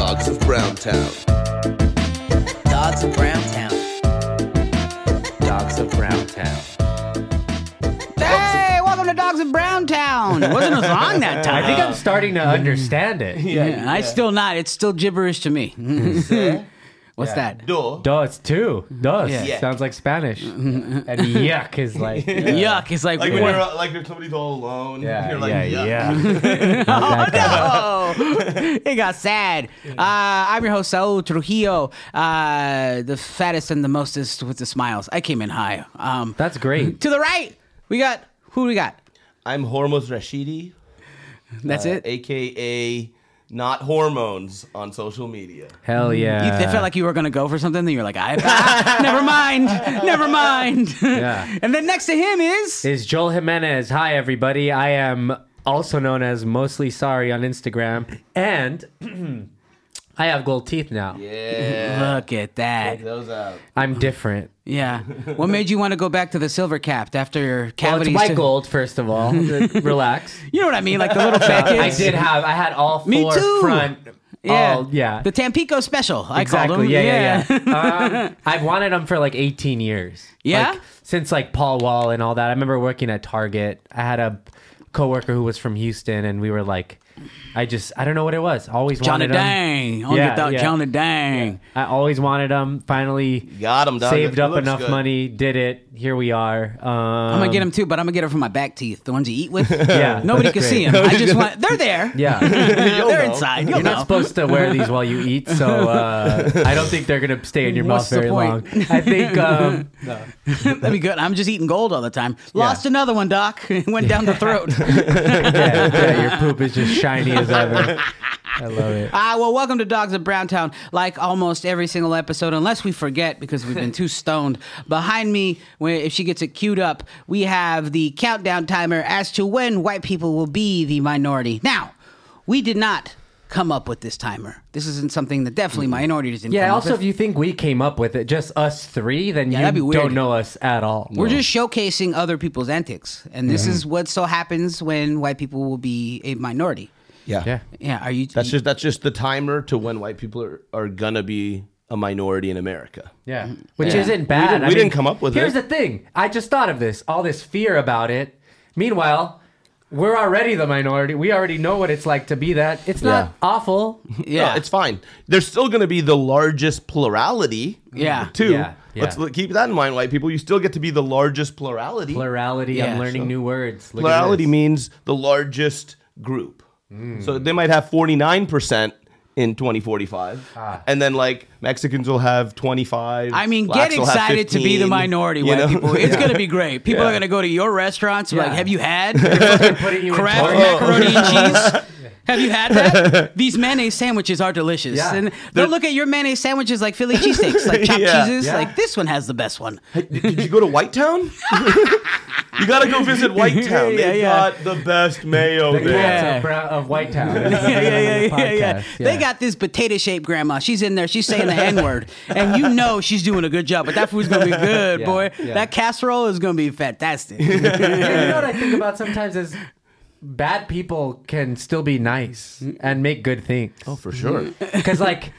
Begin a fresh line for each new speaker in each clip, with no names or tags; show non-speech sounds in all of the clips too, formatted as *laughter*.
Brown Town.
Dogs of Brown Town.
Dogs of Brown Town.
Hey, welcome to Dogs of Brown Town. Wasn't as long that time.
I think I'm starting to understand it.
Um, Yeah, I still not. It's still gibberish to me. *laughs* What's that?
Do.
Dos too. Dos
Yeah.
sounds
*laughs*
like Spanish, and yuck is like
Yuck! It's like,
Like when
what? *laughs*
you're uh, like if somebody's all alone.
yeah,
you're like,
yeah,
yuck.
yeah.
*laughs* oh, it got sad. Uh, I'm your host Saul Trujillo, uh, the fattest and the mostest with the smiles. I came in high. Um,
That's great.
to the right, we got who we got.
I'm Hormoz Rashidi,
That's
uh,
it.
aka not hormones on social media.
Hell
You,
yeah.
it felt like you were gonna go for something, then you're like, I, ah,
*laughs*
never mind, never mind.
Yeah.
And then next to him is
is Joel Jimenez. Hi everybody. I am also known as Mostly Sorry on Instagram, and *clears throat* I have gold teeth now. *laughs*
Yeah.
look at that.
Those out.
I'm different.
Yeah. What made you want to go back to the silver capped after your
Well, Oh, it's
cavities?
white
to-
gold, first
*laughs*
of all. Relax.
You know what I mean? Like the
*laughs*
little
Uh,
fat
I
kids.
did have. I had all four
Me too.
front.
Yeah.
all- yeah.
The Tampico special. I called
Exactly.
them.
Yeah, yeah,
*laughs*
yeah. um, I've wanted them for like 18 years.
Yeah?
Like, since like Paul Wall and all that. I remember working at Target. I had a coworker who was from Houston, and we were like, I just, I don't know what it was. Always
Johnny
wanted 'em.
Dang. Only
Yeah,
thought
yeah.
Johnny Dang.
I always wanted them. Finally,
Got 'em, dog.
Saved
It
up
looks
enough
good.
money. Did it. Here we are. Um,
I'm gonna get them too, but I'm gonna get them from my back teeth, the ones you eat with.
*laughs* Yeah,
Nobody
that's
can see
great.
them. I
*laughs*
just want. They're there.
Yeah.
*laughs* They're inside. You'll
You're
know.
not supposed to wear these while you eat, so uh, I don't think they're gonna stay in your
What's the
mouth very long.
point?
I
*laughs*
think um,
That'd be good. I'm just eating gold all the time. Lost another one, Doc. *laughs* It went down
*laughs*
the throat.
yeah, *laughs* yeah, your poop is just shiny as ever. I love it.
Ah, well, welcome to Dogs of Browntown. Like almost every single episode, unless we forget because we've been too stoned. Behind me, where if she gets it queued up, we have the countdown timer as to when white people will be the minority. Now, we did not come up with this timer. This isn't something that definitely minorities didn't.
Mm. Yeah.
come up
Also,
with.
if you think we came up with it, just us three, then
that'd be
you
weird.
don't know us at all.
We're just showcasing other people's antics, and this is what so happens when white people will be a minority.
Yeah.
yeah.
Yeah, are you?
That's just that's just the timer to when white people are, are gonna be a minority in America.
Yeah. Which
Mm, Yeah.
isn't bad.
didn't-
I
we didn't come up with
here's
it.
the thing. I just thought of this. All this fear about it. Meanwhile. We're already the minority. We already know what it's like to be that. It's not
Yeah.
*laughs*
awful.
yeah,
No, it's fine. There's still going to be the largest plurality.
Yeah.
Too.
Yeah, yeah.
Let's l- keep that in mind, white people. You still get to be the largest plurality.
Plurality.
Yeah,
I'm learning new words. Look at
plurality
this. Hmm.
means the largest group. So they might have 49% in 2045.
Ah.
And then, like, Mexicans will have 25.
I mean,
blacks
get
will have
excited to be the
15,
minority,
you
white
know?
people. It's gonna be great. People are
Yeah.
gonna go to your restaurants. and be Like,
Yeah.
have you
*laughs*
had
putting you in
Oh.
Kraft
Target. *laughs*
macaroni and cheese? Have you had that? These mayonnaise sandwiches are delicious,
Yeah.
and they'll look at your mayonnaise sandwiches like Philly cheesesteaks,
*laughs*
like chopped
Yeah.
cheeses.
Yeah.
Like this one has the best
*laughs*
one.
Did, did you go to
*laughs*
White Town? you got to go visit White Town.
Yeah,
They
yeah.
got the best mayo
The
there.
cats
Yeah.
of, Brown, of White
*laughs*
Town.
yeah, yeah, yeah, yeah, yeah.
Podcast,
*laughs* They got this potato shaped grandma. She's in there. She's saying the N word, and you know she's doing a good job. But that food's gonna
*laughs*
be good,
Yeah,
boy.
yeah.
That casserole is gonna be fantastic.
you know what I think about sometimes is bad people can still be nice and make good things.
*laughs*
Oh, for sure.
Because like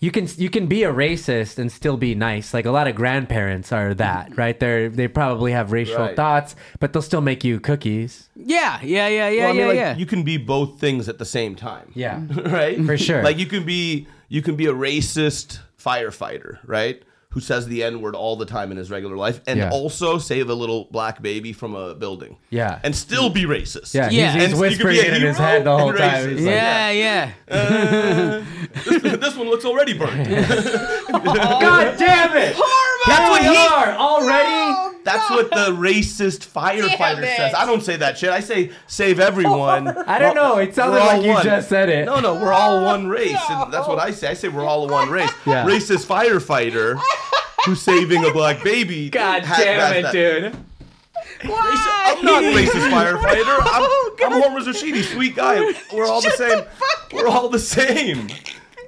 you can you can be a racist and still be nice. Like a lot of grandparents are that, right? They they probably have racial
Right.
thoughts, but they'll still make you
*laughs*
cookies.
yeah, yeah, yeah, yeah,
Well, I mean,
yeah,
like,
yeah.
You can be both things at the same time.
Yeah.
*laughs* right?
For sure.
Like you can be you can be a racist firefighter, right? Who says the N word all the time in his regular life, and
Yeah.
also save a little black baby from a building.
Yeah.
and still be racist.
Yeah,
Yeah.
he's,
And
he's
you could
whispering
be a
it in his
hero
head the whole
and
time.
racist.
It's like,
yeah, yeah.
*laughs* this, this one looks already
*laughs*
burnt.
God damn it!
That's what
Here we
he-
are already.
That's what the racist firefighter says. I don't say that shit. I say save everyone.
I don't know. It sounded
We're all
like you
one.
just said it.
No, no, we're all
*laughs*
one race. And that's what I say. I say we're all one race.
Yeah.
Racist firefighter who's saving a black baby.
*laughs* God
*laughs* had-
damn
that's
it,
that.
dude.
Raci-
*laughs*
I'm not a
*laughs*
racist firefighter.
Oh,
I'm, I'm Homer Rashidi, sweet guy. We're all the same. we're all the same.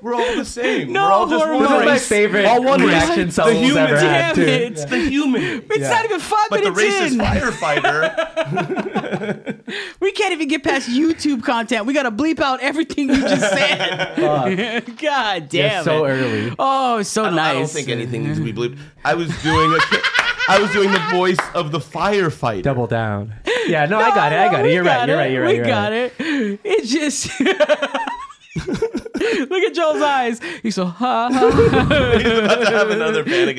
We're all the same.
No,
We're all just
horrible.
one
This is my
race.
favorite
all one
reaction
race.
someone's
the human,
ever
Damn
had, too.
it.
It's the human.
It's not even five
But the
minutes
racist
in.
firefighter.
We can't even get past YouTube content. We got to bleep out everything you
*laughs*
just said. *laughs* God damn
Yeah, so
it.
early.
Oh, it's so
I don't,
nice.
I don't think anything needs to be bleeped. I was doing a. I was doing the voice of the firefighter. *laughs*
Double down. Yeah,
*laughs*
no, I got it. I got it.
we
You're right.
it.
You're right. You're right.
We
you're
got
right.
it. It just. *laughs* Look at Joel's eyes. He's so ha ha.
He's about to
*laughs*
have another panic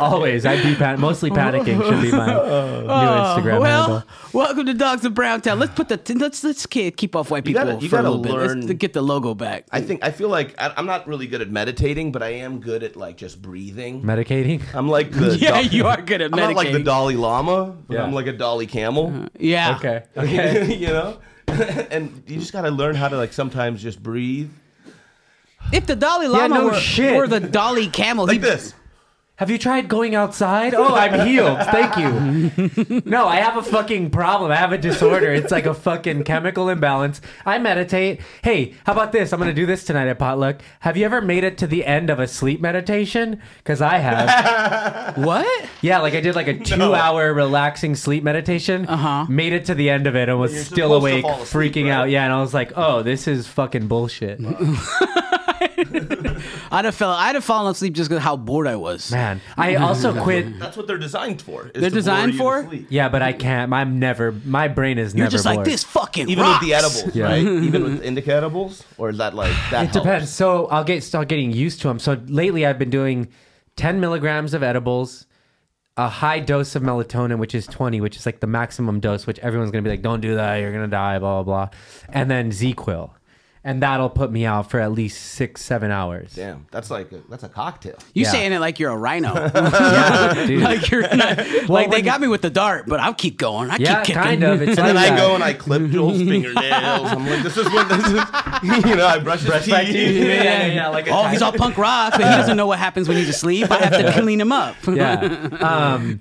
*laughs* Always. I'd be pan- mostly panicking should
*laughs*
be my new Instagram
Oh, well,
handle.
welcome to Dogs of Brown Town. Let's put the let's let's ki- keep off white people
gotta- you
for
gotta
a little bit. Let's
learn-
get the logo back.
I think I feel like I, I'm not really good at meditating, but I am good at like just breathing.
Medicating.
I'm like the
*laughs* yeah,
Do-
you are good at
I'm not like the
medicating. Uh-huh.
Dalai Lama, but
Yeah.
I'm like a Dalai *laughs* camel.
*laughs* yeah. *laughs*
Okay. Okay.
you know, *laughs* and you just gotta learn how to like sometimes just breathe.
If the Dalai Lama
no
were,
shit.
were the Dalai camel,
Like
he,
this.
*laughs* Have you tried going outside? Oh, I'm healed. Thank you.
*laughs*
No, I have a fucking problem. I have a disorder. It's like a fucking chemical imbalance. I meditate. Hey, how about this? I'm going to do this tonight at Potluck. Have you ever made it to the end of a sleep meditation? Because I have.
what?
Yeah, like I did
*laughs*
like a two hour relaxing sleep meditation. Uh
Uh-huh.
Made it to the end of it and was
You're
still
supposed to
awake,
fall asleep,
freaking
right?
out. Yeah, and I was like, oh, this is fucking bullshit.
I'd have fell. I'd have fallen asleep just because how bored I was.
Man, I also
*laughs*
quit.
That's what they're designed for.
They're designed for?
Yeah, but I can't. I'm never. My brain is never.
You're just like
bored.
this fucking
Even
rocks.
with the edibles,
Yeah.
right?
*laughs*
Even with indica edibles, or is that like that?
It depends. So I'll get start getting used to them. So lately I've been doing 10 milligrams of edibles, a high dose of melatonin, which is 20, which is like the maximum dose, which everyone's gonna be like, don't do that, you're gonna die, blah blah blah, and then Z-Quil, and that'll put me out for at least six seven hours.
Damn, that's like a, that's a cocktail.
You
Yeah.
saying it like you're a
*laughs*
rhino. *laughs*
Dude.
like you're not, like they
when-
got me with the dart, but I'll keep going. I
yeah,
keep kicking.
kind of. It's
And then
like
I
that.
go and I *laughs* clip Joel's fingernails. I'm like, this is what this is. *laughs* You know, I brush his
Brush my teeth.
teeth.
*laughs* Yeah, yeah, yeah, like a
oh, he's all punk rock, but he doesn't know what happens when he's asleep. I have to clean him up.
yeah. Um,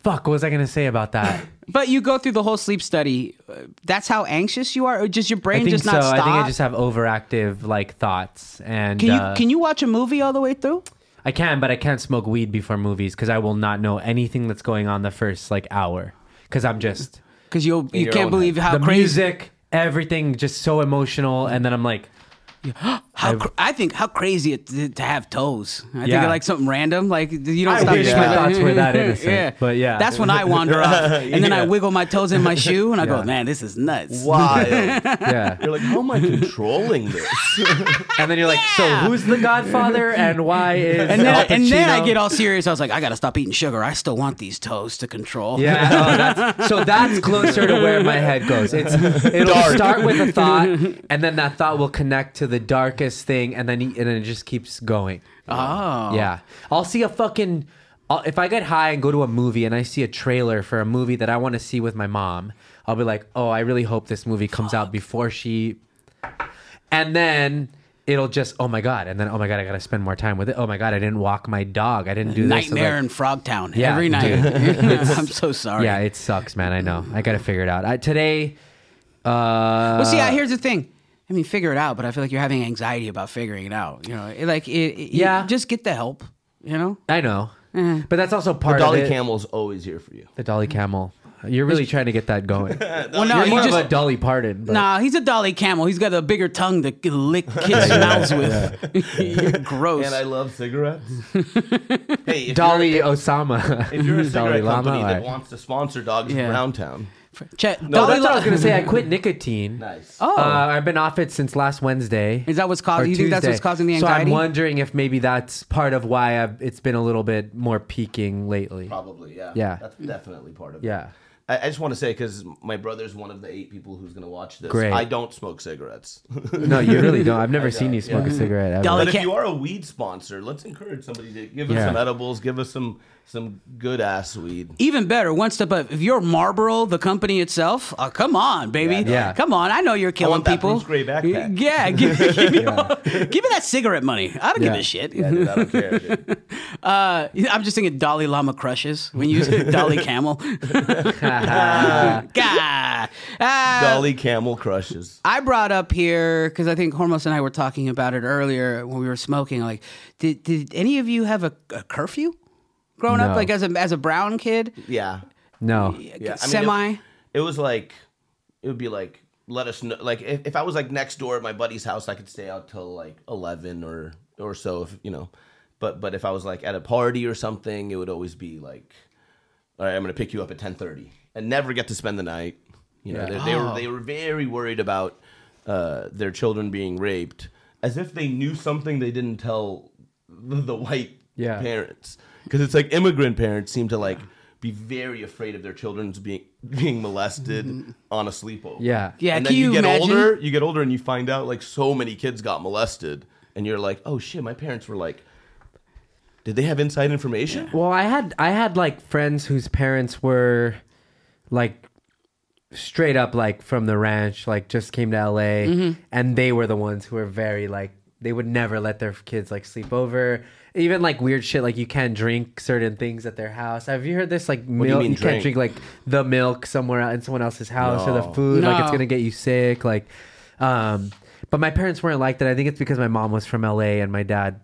fuck, what was I gonna say about that?
But you go through the whole sleep study. Uh, That's how anxious you are, or just your
I
brain
think
just
so.
not stop.
I think I just have overactive like thoughts and
can you
uh,
can you watch a movie all the way through?
I can, but I can't smoke weed before movies because I will not know anything that's going on the first like hour because I'm just
Because you you
your
can't
own
believe how
the
crazy.
music, everything, just so emotional, and then I'm like,
How cr- I think how crazy it to, to have toes. I think
Yeah.
of like something random. Like you don't
I
stop.
wish
to
my
think-
thoughts were
*laughs*
that innocent, but yeah.
that's when I wander off,
*laughs*
and then I wiggle my toes in my shoe, and I go,
Yeah.
"Man, this is nuts."
*laughs* Wild.
yeah,
You're like, how am I controlling this?
*laughs* and then you're like, so who's the Godfather and why is
And then,
Al
I, and then I
Pacino-
get all serious. I was like, "I gotta stop eating sugar. I still want these toes to control." *laughs*
Yeah, no, that's, so that's closer to where my head goes. It's it'll
Dark.
start with a
*laughs*
thought, and then that thought will connect to the darkest thing, and then and then it just keeps going.
Oh.
Yeah. I'll see a fucking. I'll, if I get high and go to a movie and I see a trailer for a movie that I want to see with my mom, I'll be like, oh, I really hope this movie comes out before she. And then it'll just, oh my God. And then, oh my God, I got to spend more time with it. Oh my God, I didn't walk my dog. I didn't do this. I'm like,
Nightmare in Frogtown
Yeah,
every night. *laughs* I'm so sorry.
yeah, it sucks, man. I know. I got to figure it out. I, today. Uh,
Well, see, I, here's the thing. I mean, figure it out, but I feel like you're having anxiety about figuring it out. You know, It- like it, it-
Yeah.
just get the help. You know,
I know.
Uh-huh.
But that's also part of
Dolly
it.
Camel's always here for you.
the Dolly Camel. You're really trying to get that going.
well, *laughs* no,
You're
you
more
just
of a Dolly Parton. but-
Nah, he's a Dolly Camel. He's got a bigger tongue to g-
*laughs*
lick kids' mouths with. *laughs* You're gross.
And I love *laughs* cigarettes. hey, if
Dolly
*laughs*
You're,
Osama.
if you're a
Dolly
cigarette
Lama,
company that
like-
wants to sponsor dogs
Yeah.
in Browntown,
Che-
Oh,
Dolly
that's what I
Lo-
was gonna say. I quit nicotine.
nice.
Oh,
Uh, I've been off it since last Wednesday.
*laughs* Is that what's cau-
or
you think that's what's causing the
So I'm
anxiety?
wondering if maybe that's part of why I've, it's been a little bit more peaking lately.
Probably, yeah.
Yeah.
That's definitely part of it.
Yeah.
I, I just want to say, because my brother's one of the eight people who's going to watch this.
Great.
I don't smoke cigarettes.
No, you really don't. I've
*laughs*
never seen you smoke a cigarette. ever. *laughs*
Dolly-
But if
can't-
you are a weed sponsor, let's encourage somebody to give us
Yeah.
some edibles, give us some some good ass weed.
even better. One step up. If you're Marlboro, the company itself, uh, come on, baby.
Yeah, no.
Yeah.
Come on. I know you're killing
want that
people.
Bruce Gray backpack.
Yeah. *laughs* Give, give me all- give me that cigarette money. I don't give
Yeah.
a shit. *laughs*
Yeah, dude, I don't care. dude.
*laughs* Uh, I'm just thinking Dalai Lama crushes when you say Dalai Camel. *laughs* Gah. Ah,
Dolly Camel crushes.
I brought up here because I think Hormos and I were talking about it earlier when we were smoking. Like, did did any of you have a, a curfew growing
No.
up? Like as a as a brown kid,
Yeah.
No.
Yeah, I mean,
semi.
it- It, was like it would be like let us know. Like if, if I was like next door at my buddy's house, I could stay out till like eleven or or so. If you know, but but if I was like at a party or something, it would always be like, all right, I'm gonna pick you up at ten thirty, and never get to spend the night. You know, they, they
Oh.
were they were very worried about uh, their children being raped, as if they knew something they didn't tell the, the white
Yeah.
parents because it's like immigrant parents seem to like be very afraid of their children's being being molested on a sleepover.
Mm-hmm. Yeah.
Yeah,
and
can
then you,
you
get
imagine?
older, you get older, and you find out like so many kids got molested, and you're like, oh shit, my parents were like, did they have inside information?
Well, I had I had like friends whose parents were like straight up like from the ranch, like just came to LA
Mm-hmm.
and they were the ones who were very like they would never let their kids like sleep over. Even like weird shit like you can't drink certain things at their house. Have you heard this like
do you
milk
mean
you, can't
drink?
drink like the milk somewhere out in someone else's house or
No.
the food like it's
No.
going to get you sick like um but my parents weren't like that. I think it's because my mom was from LA and my dad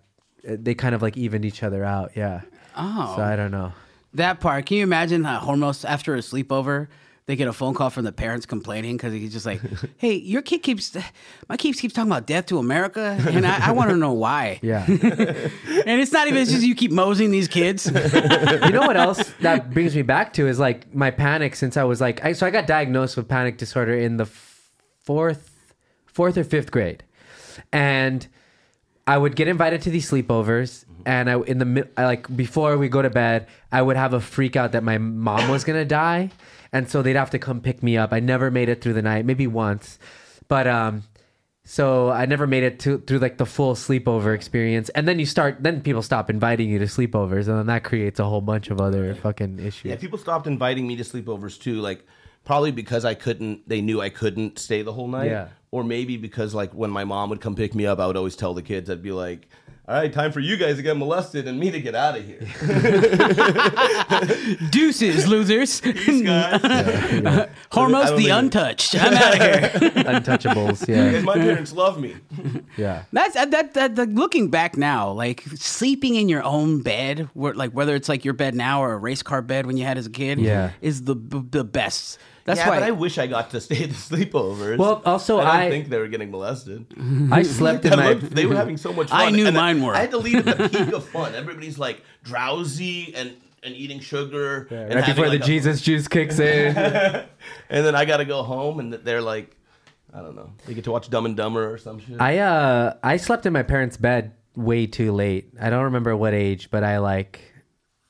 uh, they kind of like evened each other out. Yeah.
Oh.
So I don't know.
That part. Can you imagine that Hormos after a sleepover? They get a phone call from the parents complaining because he's just like, "Hey, your kid keeps, my kid keeps talking about death to America, and I, I want to know why."
Yeah.
And it's not even it's just you keep moseying these kids.
you know what else that brings me back to is like my panic since I was like I so I got diagnosed with panic disorder in the f- fourth fourth or fifth grade. And I would get invited to these sleepovers and I in the mi- I, like before we go to bed, I would have a freak out that my mom was going to die and so they'd have to come pick me up. I never made it through the night, maybe once. But um so I never made it to through like the full sleepover experience, and then you start. Then people stop inviting you to sleepovers, and then that creates a whole bunch of other fucking
Yeah,
issues.
people stopped inviting me to sleepovers too, like probably because I couldn't they knew I couldn't stay the whole night.
Yeah.
Or maybe because like when my mom would come pick me up, I would always tell the kids, I'd be like, All right, time for you guys to get molested and me to get out
*laughs*
of here.
Deuces, losers.
Peace, guys. I
Hormos the
don't think-
untouched.
*laughs*
I'm out of here.
Untouchables. Yeah,
Guys, my parents love me.
yeah.
That's uh, that, that, that. Looking back now, like sleeping in your own bed, where, like whether it's like your bed now or a race car bed when you had as a kid,
Yeah.
is the b- the best. That's
yeah,
why.
but I wish I got to stay at the sleepovers.
Well, also,
I don't
I-
think they were
*laughs*
getting molested.
I slept in
*laughs* I
my.
loved- they were having so much fun.
I knew
and
mine were.
I had to leave at the peak of fun. Everybody's like drowsy and, and eating sugar. and
Right
having,
before the
like, a-
Jesus juice kicks
*laughs*
in.
And then I gotta go home, and they're like, I don't know. They get to watch Dumb and Dumber or some shit.
I uh I slept in my parents' bed way too late. I don't remember what age, but I like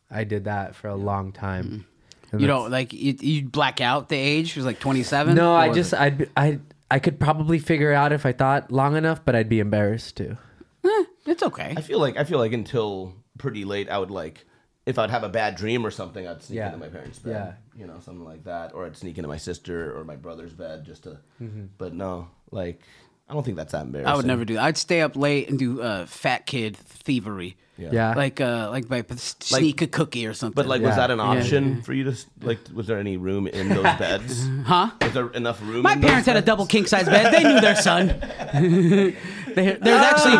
I did that for a long time. And
you
that's-
know, like you, you black out the age. She was like 27.
No,
What
I
Mm. was
just
it?
I'd be- I I could probably figure out if I thought long enough, but I'd be embarrassed too.
It's okay.
I feel like I feel like until pretty late, I would like if I'd have a bad dream or something, I'd sneak
Yeah.
into my parents' bed, you know, something like that, or I'd sneak into my sister or my brother's bed just to.
Mm-hmm.
But no, like I don't think that's that embarrassing.
I would never do that. I'd stay up late and do uh, fat kid thievery.
Yeah.
Like uh, like by p- sneak a cookie or something.
But like, was
Yeah.
that an
Yeah.
option for you to s- like? Was there any room
*laughs*
in those beds?
huh?
Was there enough room?
My
in those
parents had a
beds?
double king size bed. They knew their son. *laughs* There- There's actually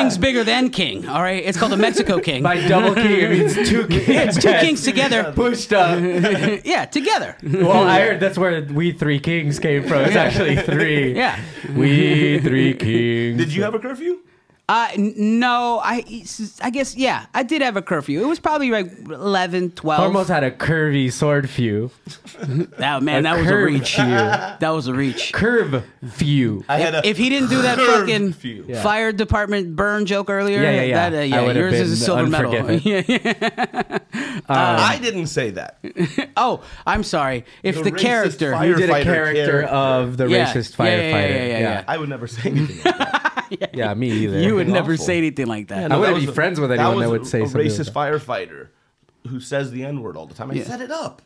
things bigger than king. All right, it's called the Mexico king.
Ah! By
*laughs*
double king, it means two kings.
it's two
*laughs*
kings
*laughs*
together.
pushed up.
yeah, together.
Well, I heard that's where we three kings came from. It's actually three.
*laughs* Yeah.
We three kings.
Did you have a curfew?
Uh, n- no, I I guess yeah, I did have a curfew. It was probably like 11, 12.
Almost had a curvy sword few.
That Oh, man, that was a
curve
reach.
few.
*laughs* That was a reach.
Curve few.
*laughs* I had a
If he didn't do that
curved
fucking
few.
Yeah.
fire department burn joke earlier,
Yeah, yeah, yeah.
That, uh,
I
yeah
would've
yours is a
been
silver medal.
unforgiven.
Yeah, yeah.
Uh,
I didn't say that.
*laughs* Oh, I'm sorry. If the,
racist
character,
fire-
You did a
Firefighter
character
character.
of the
Yeah.
racist
Yeah, yeah, yeah,
firefighter.
yeah, yeah, yeah.
I would never say anything.
*laughs*
Like that.
Yeah, me either.
you would never
awful.
say anything like that.
I
No,
wouldn't
that
be
was a-
friends with anyone that
was
would say
a
something like
racist firefighter who says the N word all the time. I set it up.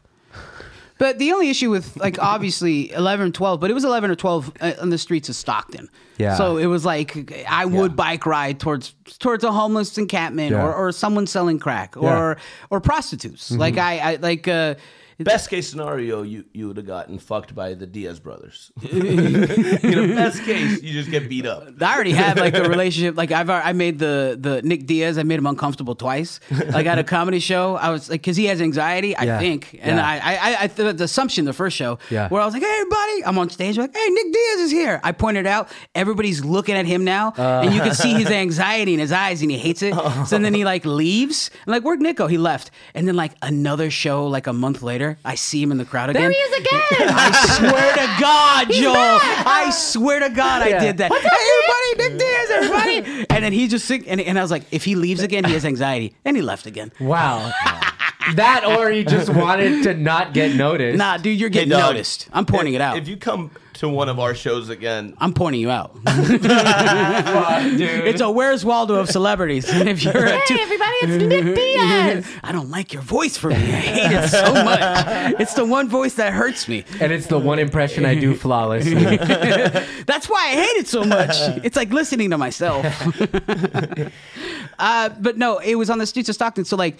But the only issue with
*laughs*
like obviously 11, 12, but it was 11 or 12 uh, on the streets of Stockton.
Yeah.
So it was like I would bike ride towards towards a homeless encampment
Yeah. Mm-hmm.
or, or someone selling crack or or prostitutes. Like I, I like uh
Best case scenario, you you would have gotten fucked by the
*laughs*
Diaz brothers. *laughs* you know, best case, you just get beat up.
*laughs* I already had
*laughs*
like a relationship. Like I've al- I made the the Nick Diaz. I made him uncomfortable twice. Like
*laughs*
at a comedy show, I was like, because he has anxiety, I
Yeah.
think, and
Yeah.
I I I, I th- the assumption the first show
Yeah.
where I was like, hey everybody, I'm on stage like, hey Nick Diaz is here. I pointed out everybody's looking at him now,
Uh.
and you can see
*laughs*
his anxiety in his eyes, and he hates it.
Oh.
So then he like leaves. i like where'd Nico? He left, and then like another show like a month later, I see him in the crowd again.
There he is again.
I
*laughs*
swear to God, Joel.
back.
I swear to God, I
Yeah.
did that. hey, everybody, Nick Diaz,
*laughs*
everybody. And then he just sing, and, and I was like, if he leaves again, he has anxiety, and he left again.
*laughs* Wow. that or he just wanted to not get noticed.
Nah, dude, you're getting
dog,
noticed. I'm pointing it out.
If you come to one of our shows again,
I'm pointing you
*laughs*
out. *laughs*
dude.
it's a Where's Waldo of celebrities. *laughs* And if you're a
Hey,
two,
everybody, it's
*laughs*
Nick Diaz.
I don't like your voice for me. I hate it so
*laughs*
much. It's the one voice that hurts me.
and it's the one impression I
*laughs*
do flawlessly.
That's why I hate it so
*laughs*
much. It's like listening to myself. uh, but no, it was on the streets of Stockton. So like,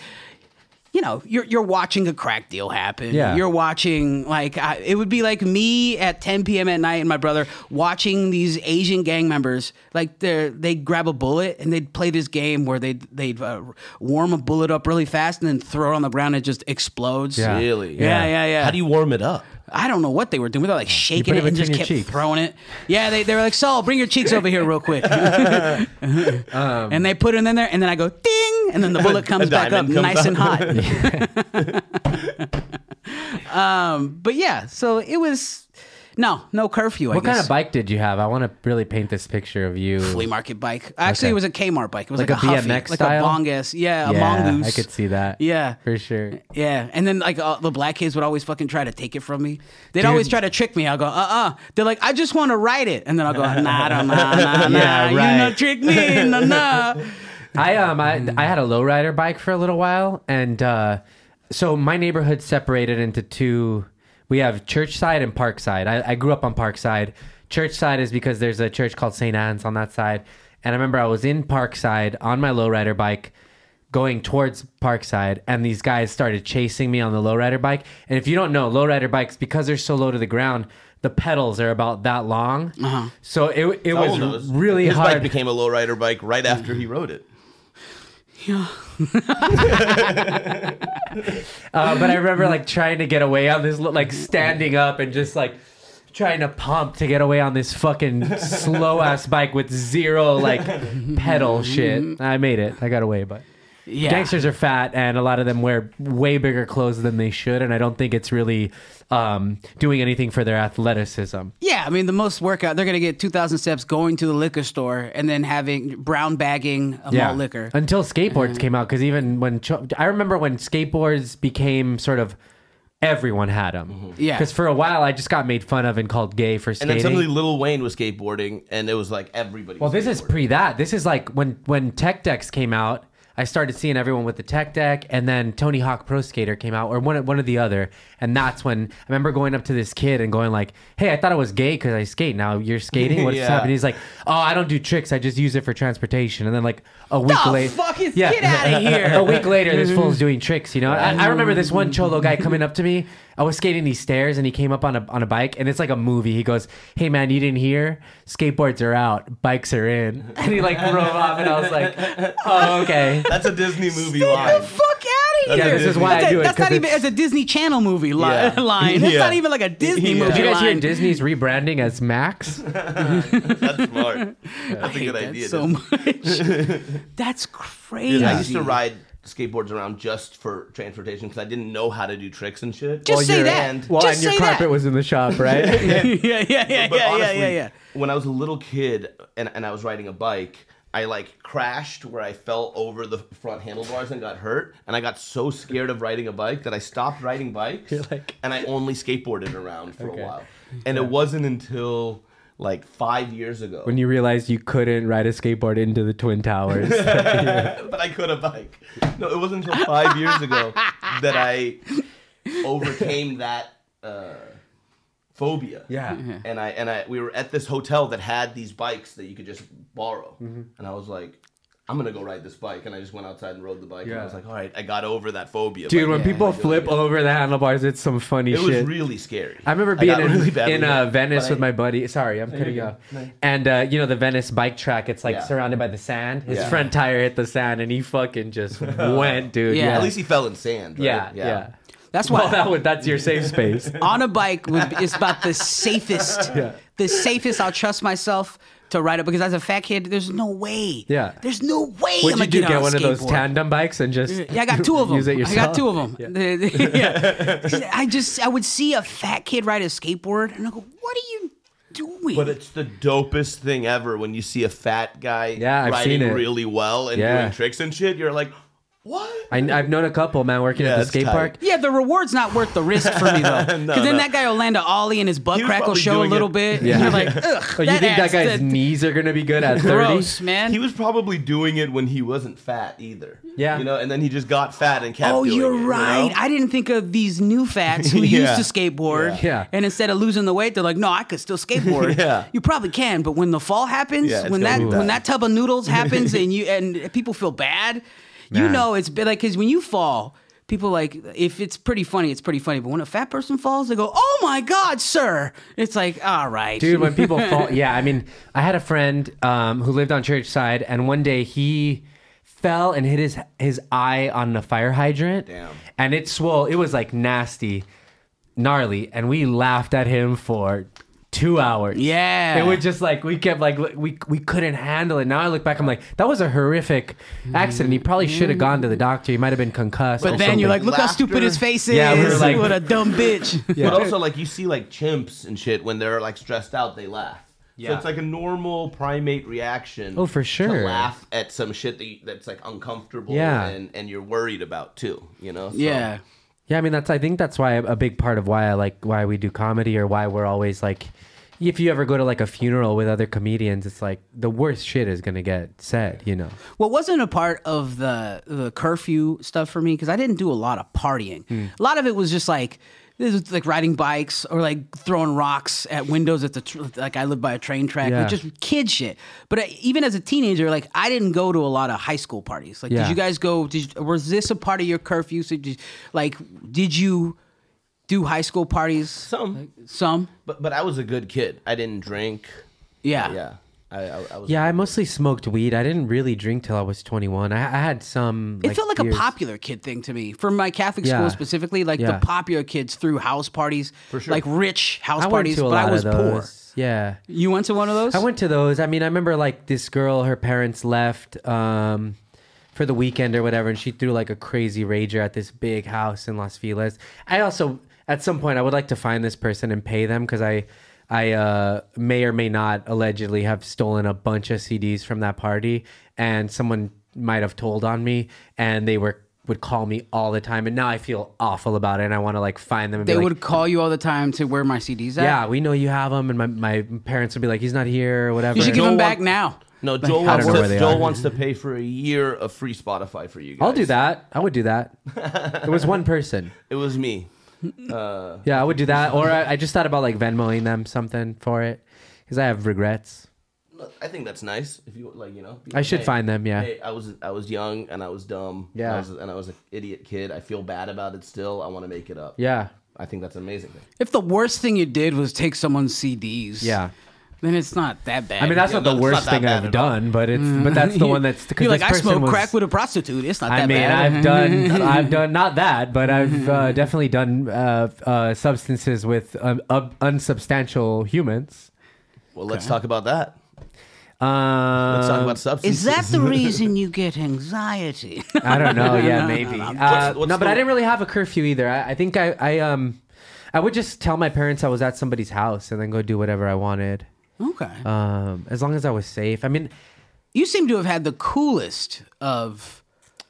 you know, you're you're watching a crack deal happen.
Yeah.
You're watching like I, it would be like me at 10 p.m. at night and my brother watching these Asian gang members like they they grab a bullet and they'd play this game where they would they'd uh, warm a bullet up really fast and then throw it on the ground and it just explodes.
Yeah.
really,
Yeah, yeah, yeah.
How do you warm it up?
I don't know what they were doing. They were like shaking
put it
it and
between
just
your
kept
cheeks.
throwing it. Yeah, they, they were like, Saul, bring your cheeks over here real
*laughs*
quick. *laughs* and they put it in there, and then I go, ding, and then the
*laughs*
bullet comes back up
diamond comes
nice and
out.
hot. *laughs*
*laughs*
um, but yeah, so it was, no, no curfew, I
what
guess.
kind of bike did you have? I want to really paint this picture of you.
Flea market bike. Actually,
Okay.
it was a Kmart bike. It was
Like
like,
a
Huffy,
BMX
like
style?
a bongus. Yeah, a
yeah,
mongoose.
I could see that.
Yeah.
For sure.
Yeah, and then like uh, the black kids would always fucking try to take it from me. They'd always try to trick me. I'll go, uh, uh They're like, I just want to ride it, and then I'll go, nah, nah, nah, nah, nah.
*laughs* Yeah,
You
right.
not trick me, nah,
*laughs*
nah.
I um I, I had a lowrider bike for a little while, and uh, so my neighborhood separated into two. We have church side and park side. I, I grew up on park side. Church side is because there's a church called St. Anne's on that side, and I remember I was in park side on my lowrider bike. Going towards Parkside, and these guys started chasing me on the lowrider bike. And if you don't know, lowrider bikes because they're so low to the ground, the pedals are about that long. So it, it
Saul
was
knows.
really
His
hard.
bike became a lowrider bike right after he rode it.
Uh, but I
*laughs*
remember like trying to get away on this, like standing up and just like trying to pump to get away on this fucking slow
*laughs*
ass bike with zero like pedal shit. I made it. I got away, but.
Yeah,
Gangsters are fat, and a lot of them wear way bigger clothes than they should, and I don't think it's really um, doing anything for their athleticism.
Yeah, I mean the most workout they're gonna get two thousand steps going to the liquor store and then having brown bagging a malt liquor. Mm-hmm.
Until skateboards came out, because even when cho- I remember when skateboards became sort of everyone had them.
Yeah.
because for a while I just got made fun of and called gay for
And
skating.
then suddenly, Lil Wayne was skateboarding, and it was like everybody.
well,
was
this is
skateboarding.
pre that. This is like when when tech decks came out. I started seeing everyone with the tech deck, and then Tony Hawk Pro Skater came out, or one one or the other, and that's when I remember going up to this kid and going like, "Hey, I thought I was gay because I skate. Now you're skating. What's
Yeah.
happening?" He's like, "Oh, I don't do tricks. I just use it for transportation." And then like a week
The
later,
fuck is-
Yeah.
get out of here.
*laughs* a week later, this fool's doing tricks. You know, I, I remember this one cholo guy coming up to me. I was skating these stairs, and he came up on a on a bike, and it's like a movie. He goes, "Hey man, you didn't hear? Skateboards are out, bikes are in." *laughs* And he like drove off, and I was like, "Oh, okay."
That's a Disney movie
Get
line.
the fuck out of
Yeah,
here!
this is
why I
that's
do it,
That's
'cause
not even as
it's-
a Disney Channel movie li-
Yeah.
*laughs* line. That's
Yeah.
not even like a Disney
Yeah.
movie.
Did you guys hear
line.
Disney's rebranding as Max?
That's smart. That's
*laughs*
a
I hate
good
that
idea.
so
dude.
much.
*laughs*
that's crazy.
Dude, I used to ride skateboards around just for transportation because I didn't know how to do tricks and shit.
Just say
your-
that.
and-
Well,
Just
and your
say
carpet
that.
was in the shop, *laughs* right?
yeah, *laughs* yeah, yeah, yeah,
but
yeah,
honestly,
yeah, yeah.
when I was a little kid and, and I was riding a bike, I like crashed where I fell over the front handlebars and got hurt, and I got so scared of riding a bike that I stopped riding bikes,
like-
and I only skateboarded around for
Okay.
a while. And it wasn't until like five years ago
when you realized you couldn't ride a skateboard into the Twin Towers.
but I could have bike. No, it wasn't until five years ago that I overcame that uh, phobia.
Yeah. Mhm.
And
Mm-hmm.
I and I we were at this hotel that had these bikes that you could just borrow, and I was like, I'm gonna go ride this bike, and I just went outside and rode the bike, and I
Yeah.
was like, all right, I got over that
*laughs*
phobia.
Dude,
Like,
when
yeah,
people
I feel
flip
like it-
over the handlebars, it's some funny
It
shit.
was really scary.
I remember being
got
in,
really badly
in uh,
hurt,
Venice
but
with
I-
my buddy. Sorry, I'm cutting you off. And uh, you know the Venice bike track, it's like
Yeah.
surrounded by the sand. His
Yeah.
front tire hit the sand, and he fucking
*laughs*
just went, dude.
Yeah.
At least he fell in sand. Right?
yeah, yeah.
That's why
*laughs* Well, that would, that's your safe space.
on a bike would be, is about the safest.
*laughs* Yeah.
The safest I'll trust myself to ride it because as a fat kid, there's no way.
Yeah.
There's no way.
Would
I'm gonna
you do
on
get
a
one of those
skateboard.
tandem bikes and just
Yeah, I got two of them.
*laughs* Use it
I
yourself.
got two of them. *laughs*
*laughs*
yeah. I just I would see a fat kid ride a skateboard and I go, "What are you doing?"
But it's the dopest thing ever when you see a fat guy
Yeah, I've
riding
seen it.
really well and
Yeah.
doing tricks and shit. You're like, what?
I, have known a couple, man, working
Yeah,
at the
that's
skate
tight.
park.
yeah, the reward's not worth the risk for
*laughs*
me though, because then
no.
that guy will land an ollie and his butt
He was
crack will
probably
show a
doing
little
it-
bit.
Yeah.
And you're like, "Ugh,
*laughs* Oh, you think that
ass,
guy's knees are gonna be good at thirty?
*laughs* gross, man."
He was probably doing it when he wasn't fat either.
Yeah.
you know, and then he just got fat and kept.
Oh,
doing
you're
it, you know?
right. I didn't think of these new fats
*laughs*
who
Yeah.
used to skateboard.
Yeah. Yeah.
And instead of losing the weight, they're like, "No, I could still skateboard."
*laughs* Yeah.
You probably can, but when the fall happens,
Yeah, it's
when that
gonna be
when that
bad.
tub of
*laughs*
noodles happens, and you and people feel bad, you
Man.
know it's been like because when you fall. People like if it's pretty funny, it's pretty funny. But when a fat person falls, they go, "Oh my god, sir!" It's like, all right,
dude when people
*laughs*
fall yeah i mean i had a friend um, who lived on church side and one day he fell and hit his his eye on the fire hydrant
Damn.
and it swole it was like nasty gnarly and we laughed at him for two hours
Yeah.
it was just like we kept like look, we we couldn't handle it now i look back i'm like that was a horrific accident he probably should have gone to the doctor he might have been concussed
But
or
then you're like,
something.
"Look how stupid
Laughter.
his face is!
Yeah, we were like-
what a dumb
*laughs*
bitch!"
But also, like you see, like chimps and shit when they're like stressed out, they laugh.
Yeah.
So it's like a normal primate reaction.
Oh, for sure.
To laugh at some shit that you, that's like uncomfortable.
Yeah.
And, and you're worried about too. You know. So-
Yeah,
Yeah, I mean that's I think that's why a big part of why I like why we do comedy or why we're always like if you ever go to like a funeral with other comedians, it's like the worst shit is gonna get said, you know.
What wasn't a part of the the curfew stuff for me because I didn't do a lot of partying.
Hmm.
A lot of it was just like this was like riding bikes or like throwing rocks at windows at the tr- like I lived by a train track,
Yeah.
like just kid shit. But uh, even as a teenager, like I didn't go to a lot of high school parties. Like,
Yeah.
did you guys go? Did you, was this a part of your curfew? So, did, like, did you do high school parties?
Some.
Some,
But but I was a good kid. I didn't drink.
yeah,
Yeah. I, I, I was.
Yeah, I mostly smoked weed. I didn't really drink till I was twenty one. I, I had some.
It felt like
years-
a popular kid thing to me. For my Catholic
Yeah.
school specifically, like
Yeah.
the popular kids threw house parties, For
sure.
like rich house
I went
parties,
to a
but I
lot
was
of
poor.
those. Yeah,
You went to one of those?
I went to those. I mean, I remember like this girl, her parents left um, for the weekend or whatever, and she threw like a crazy rager at this big house in Las Feliz. I also, at some point, I would like to find this person and pay them because I, I uh, may or may not allegedly have stolen a bunch of CDs from that party, and someone might have told on me, and they were would call me all the time, and now I feel awful about it, and I want to like find them. And
They
be like,
would call you all the time to where my CDs at.
Yeah, we know you have them, and my, my parents would be like, "He's not here," or whatever.
You should give
Joel
them back
want-
now.
No, Joel
I don't
wants
know where they
to, Joel
are.
wants to pay for a year of free Spotify for you guys.
I'll do that. I would do
*laughs*
that. it was one person.
It was me.
Yeah, I would do that. Or I, I just thought about like Venmoing them something for it because I have regrets.
Look, I think that's nice. If you like, you know. be
I
like,
should
"Hey,
find them, yeah.
Hey, I was I was young and I was dumb. and
Yeah.
I was, and I was an idiot kid. I feel bad about it still. I want to make it up.
Yeah.
I think that's an amazing. Thing.
If the worst thing you did was take someone's CDs,
Yeah.
then it's not that bad.
I mean, that's
Yeah,
not
no,
the
it's
worst
not that
thing
bad
I've
at all.
done, but it's but that's
*laughs*
the one that's because
Mm. you're like
this
I
person
smoked
was,
crack with a prostitute. It's not
I
that
mean,
bad. *laughs*
I've done, I've done not that, but I've
Mm-hmm.
uh, definitely done uh, uh, substances with um, uh, unsubstantial humans.
Well, let's talk about that.
Um,
Let's talk about substances.
Is
*laughs*
that the reason you get anxiety?
I don't
*laughs*
know. Yeah, maybe. Uh,
What's- what's
no, but
the-
I didn't really have a curfew either. I, I think I, I um, I would just tell my parents I was at somebody's house and then go do whatever I wanted.
okay.
Um, as long as I was safe. I mean,
you seem to have had the coolest of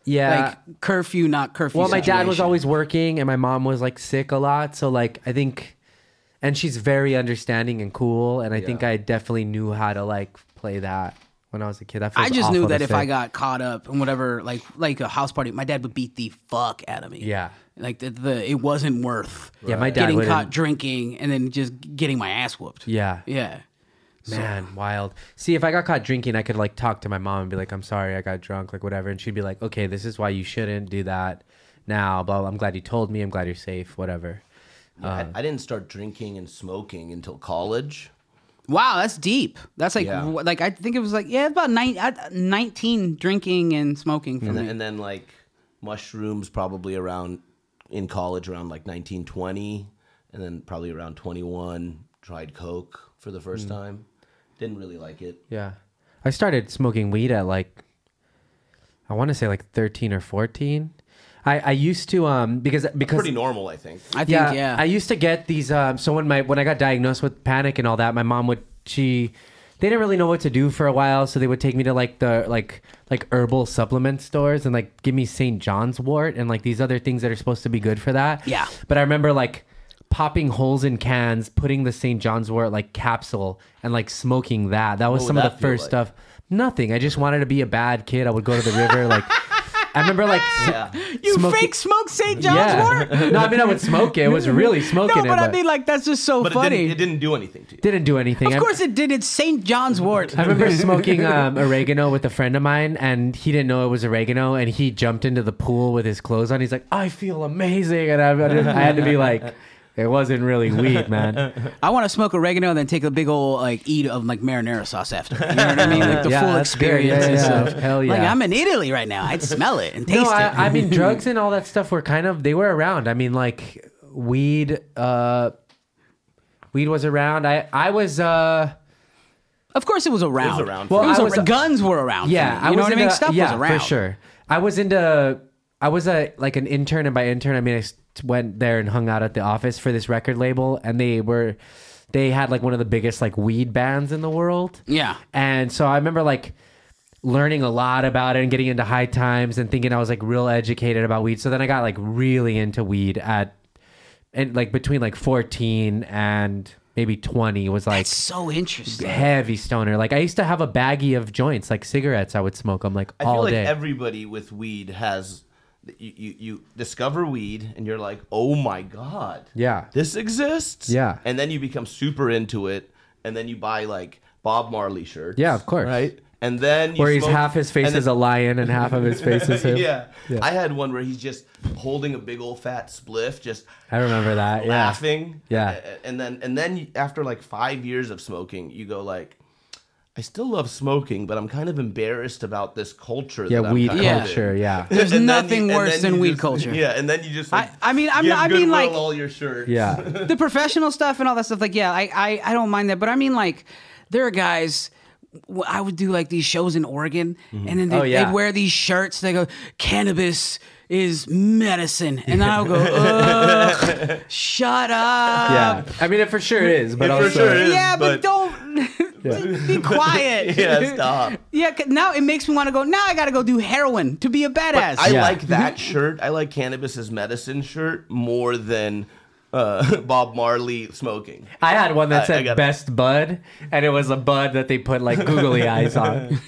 yeah.
like curfew, not curfew.
well, my dad was
situation.
always working and my mom was like sick a lot, so like I think, and she's very understanding and cool, and I think I definitely knew how to like play that when I was a kid. That
I
feels
just knew
awful
that
to
if
say.
I got caught up in whatever, like like a house party, my dad would beat the fuck out of me.
Yeah.
like the, the it wasn't worth.
Yeah, my dad
getting
wouldn't-
caught drinking and then just getting my ass whooped.
yeah,
yeah.
Man, wild. See, if I got caught drinking, I could like talk to my mom and be like, "I'm sorry, I got drunk," like whatever, and she'd be like, "Okay, this is why you shouldn't do that." Now, blah. blah. I'm glad you told me. I'm glad you're safe. Whatever.
Yeah, I, I didn't start drinking and smoking until college.
Wow, that's deep. That's like
Yeah.
wh- like I think it was like yeah, about nine, uh, 19 drinking and smoking for
and
me.
then, and then like mushrooms probably around in college around like 1920 and then probably around 21 tried coke for the
Hmm.
first time didn't really like it
Yeah. I started smoking weed at like I want to say like 13 or 14. I I used to um because because
pretty normal i think
I think yeah.
I used to get these. Um, so when my when I got diagnosed with panic and all that, my mom would she they didn't really know what to do for a while, so they would take me to like the like like herbal supplement stores and like give me St. John's Wort and like these other things that are supposed to be good for that.
Yeah.
But I remember like popping holes in cans, putting the St. John's Wort like capsule and like smoking that. That was
What would
some of
that
the
feel
first
like?
stuff. Nothing. I just wanted to be a bad kid. I would go to the river like. I remember like s-
*laughs* yeah
you
smoking-
fake smoke St. John's water.
no, I mean I would smoke it. It was really
No,
*laughs* smoking
but,
it.
I mean like that's just so
but it
funny.
didn't, it didn't do anything to you
didn't do anything.
of course it did. It's St. John's
*laughs*
wort.
I,
*laughs*
I remember smoking um, oregano with a friend of mine, and he didn't know it was oregano, and he jumped into the pool with his clothes on. He's like, "I feel amazing," and I, I had
*laughs*
to be like, "It wasn't really weed, man."
I want to smoke oregano and then take a big old like eat of like marinara sauce after. You know what I mean? Like the
*laughs* Yeah,
full
that's good. Yeah,
experience and
yeah,
stuff.
yeah. Hell
Like
yeah.
I'm in Italy right now. I'd smell it and taste
No, I, I
it. *laughs*
mean drugs and all that stuff were kind of they were around. I mean like weed, uh, weed was around. I I was. Uh,
of course, it was around.
It was around
Well,
for
it was
me.
ar-
I was-
guns were around.
Yeah,
for me. you know what I mean.
into-
Stuff
yeah,
was around
for sure. I was into. I was a like an intern, and by intern I mean I s- went there and hung out at the office for this record label, and they were, they had like one of the biggest like weed bands in the world.
Yeah.
and so I remember like learning a lot about it and getting into high times and thinking I was like real educated about weed. So then I got like really into weed at, and like between like fourteen and maybe twenty was like
It's so interesting.
heavy stoner. Like I used to have a baggie of joints, like cigarettes. I would smoke them like
i feel
all
like
day.
everybody with weed has you, you you discover weed and you're like oh my god
Yeah.
this exists
Yeah.
and then you become super into it and then you buy like bob marley shirts
Yeah, of course.
right and then you
Where he's
smoke-
half his face
and then-
is a lion and half of his face *laughs*
*laughs*
is him.
yeah. I had one where he's just holding a big old fat spliff, just
I remember that. Yeah.
laughing.
Yeah.
A- And then and then you- after like five years of smoking, you go like, I still love smoking, but I'm kind of embarrassed about this culture.
Yeah,
that I'm
weed
kind of
Yeah.
culture.
in." *laughs*
Yeah.
There's
And then
nothing
you- and
worse
then
than
you
weed
just-
culture.
Yeah, and then you just
I-
like,
I mean, I'm-
give
I mean,
Goodwill
like-
all your shirts. *laughs*
Yeah.
the professional stuff and all that stuff like yeah I, I i don't mind that but i mean like there are guys w- i would do like these shows in oregon
Mm-hmm.
and then they,
Oh, yeah.
they'd wear these shirts they go cannabis is medicine and i'll go
*laughs*
"Ugh, shut
Yeah.
up
I mean, it for sure is, but
It for
also.
sure is.
yeah but,
but- *laughs*
don't *laughs* be quiet *laughs*
Yeah, stop.
Yeah, 'cause now it makes me want to go now i gotta go do heroin to be a badass
I
Yeah.
like that shirt. I like cannabis as medicine shirt more than uh, *laughs* Bob Marley smoking.
I had one that
I- I
said
got it.
best bud, and it was a bud that they put like googly eyes
*laughs*
on.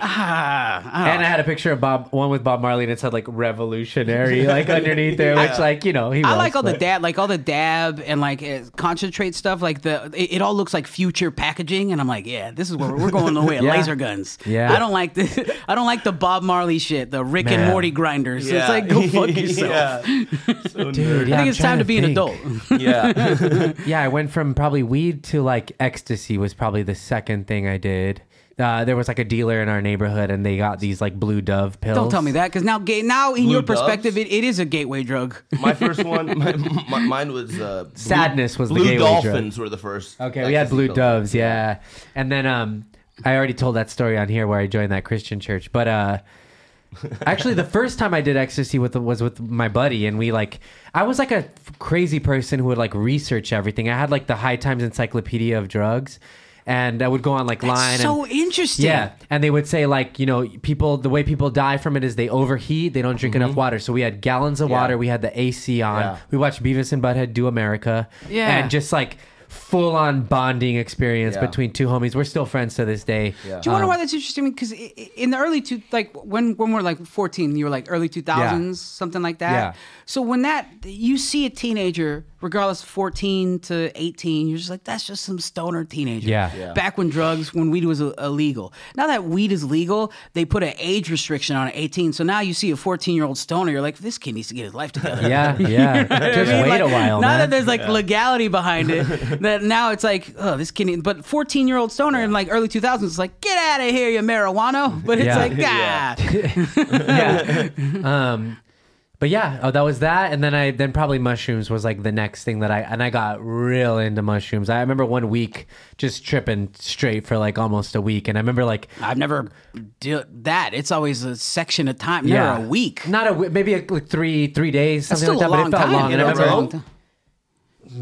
Ah,
And I had a picture of Bob, one with Bob Marley, and it said like revolutionary, like underneath
*laughs*
there, which like you know he.
I
was,
like all the
but-
dab, like all the dab and like uh, concentrate stuff. Like the, it, it all looks like future packaging, and I'm like, yeah, this is where we're going the way of
*laughs* Yeah.
laser guns.
Yeah.
I don't like the, *laughs* I don't like the Bob Marley shit, the Rick
Man.
and Morty grinders. It's like go
*laughs*
fuck yourself.
Yeah. So
Dude,
nerdy.
yeah,
I think
I'm
it's
trying
time to be an
think.
adult. *laughs*
yeah.
Yeah, I went from probably weed to like ecstasy was probably the second thing I did. Uh, there was like a dealer in our neighborhood, and they got these like blue dove pills.
Don't tell me that, because now, ga- now in
Blue
your
Doves?
perspective, it, it is a gateway drug.
My first one, my, my, mine was uh, blue-
Sadness was the
blue
gateway drug.
dolphins were the first.
Okay, we had
ecstasy
blue
pills.
doves, yeah. And then um, I already told that story on here where I joined that Christian church, but uh. Actually, the first time I did ecstasy with was with my buddy, and we like I was like a f- crazy person who would like research everything. I had like the High Times Encyclopedia of drugs, and I would go on like line.
so
and,
interesting.
Yeah, and they would say like you know people the way people die from it is they overheat, they don't drink enough water. So we had gallons of water, we had the AC on,
Mm-hmm. Yeah.
we watched Beavis and Butthead do America,
Yeah.
and just like full on bonding experience
Yeah.
between two homies. We're still friends to this day.
Yeah.
Do you wonder
Um,
why that's interesting? Because in the early two, like when when we're like fourteen, you were like early two thousands, something like that.
Yeah.
So when that you see a teenager regardless 14 to 18 you're just like that's just some stoner teenager
Yeah. Yeah.
back when drugs when weed was illegal now that weed is legal they put an age restriction on it, 18 so now you see a 14 year old stoner you're like this kid needs to get his life together
Um,
*laughs*
Yeah, yeah. Just
I mean,
wait
like,
a while,
Now that
man.
there's like legality behind it, that now it's like, oh, this kid. need-" But 14 year old stoner in like early 2000s is like, get out of here, you marijuana. *laughs* But it's
Yeah. *laughs*
like, ah.
Yeah.
um, but yeah, oh, that was that, and then I then probably mushrooms was like the next thing that I and I got real into mushrooms. I remember one week just tripping straight for like almost a week, and I remember like
"Ah, I've never do that. It's always a section of time, never a week.
not a week, maybe like three three days,
That's
something
still
like
a
that.
long
but it felt
time.
long.
you
and
know,
I
it's a
remember
remember-
long time.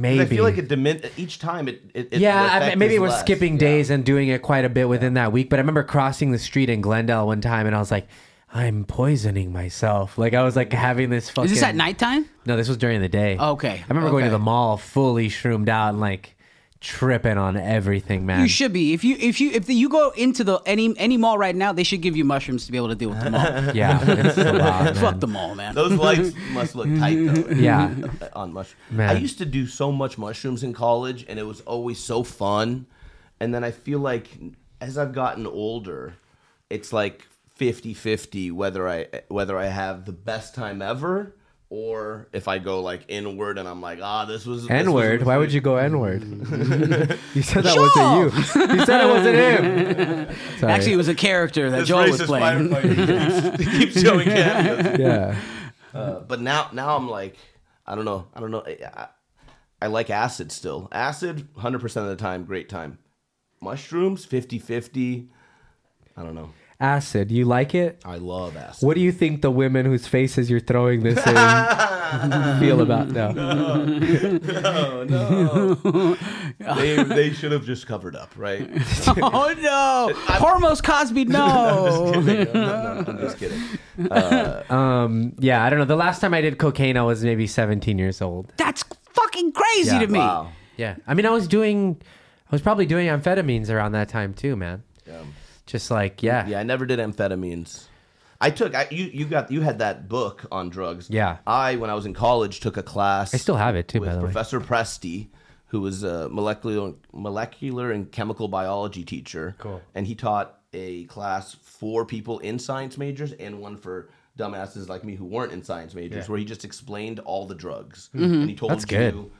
maybe
I feel like it dimin- each time it. it, it the
yeah, I,
effect
maybe
is
it was
less.
skipping
Yeah.
days and doing it quite a bit within that week. But I remember crossing the street in Glendale one time, and I was like, "I'm poisoning myself." Like I was like having this fucking.
Is this at nighttime?
No, this was during the day.
Okay,
I remember going to
okay.
the mall fully shroomed out and like tripping on everything, man.
You should be. If you if you if you go into the any any mall right now, they should give you mushrooms to be able to deal with
*laughs*
the mall. *laughs*
Yeah, it's a lot,
Fuck
man.
the mall, man.
Those lights must look tight though.
Yeah.
*laughs* On mushrooms.
Man.
I used to do so much mushrooms in college and it was always so fun. And then I feel like as I've gotten older, it's like 50-50 whether I whether I have the best time ever or if I go like inward and I'm like, ah, this was this was-
N word. Why would you go
*laughs*
N word? you said that wasn't you. You said it wasn't him.
*laughs*
Sorry.
Actually, it was a character that
*laughs* this
Joel was
racist
playing.
firefighter keeps, *laughs* keeps showing cameos.
yeah.
Uh, but now now I'm like I don't know I don't know I, I, I like acid still acid 100 percent of the time great time mushrooms 50 50 I don't know
Acid. You like it?
I love acid
What do you think the women whose faces you're throwing this in feel about now?
they, they should have just covered up right
*laughs* Oh no, Hormos Cosby, no.
I'm, not- I'm just kidding
Um, yeah, I don't know. The last time I did cocaine, I was maybe 17 years old.
That's fucking crazy
Yeah,
to me.
wow
Yeah, I mean, I was doing, I was probably doing amphetamines around that time too, man.
yeah.
Just like, yeah,
yeah I never did amphetamines I took I, you you got you had that book on drugs
Yeah.
I when I was in college took a class
I still have it too,
with
by the way.
Professor Presti, who was a molecular molecular and chemical biology teacher.
Cool.
And he taught a class for people in science majors and one for dumbasses like me who weren't in science majors, where he just explained all the drugs and he told
Mm-hmm. That's
you
good.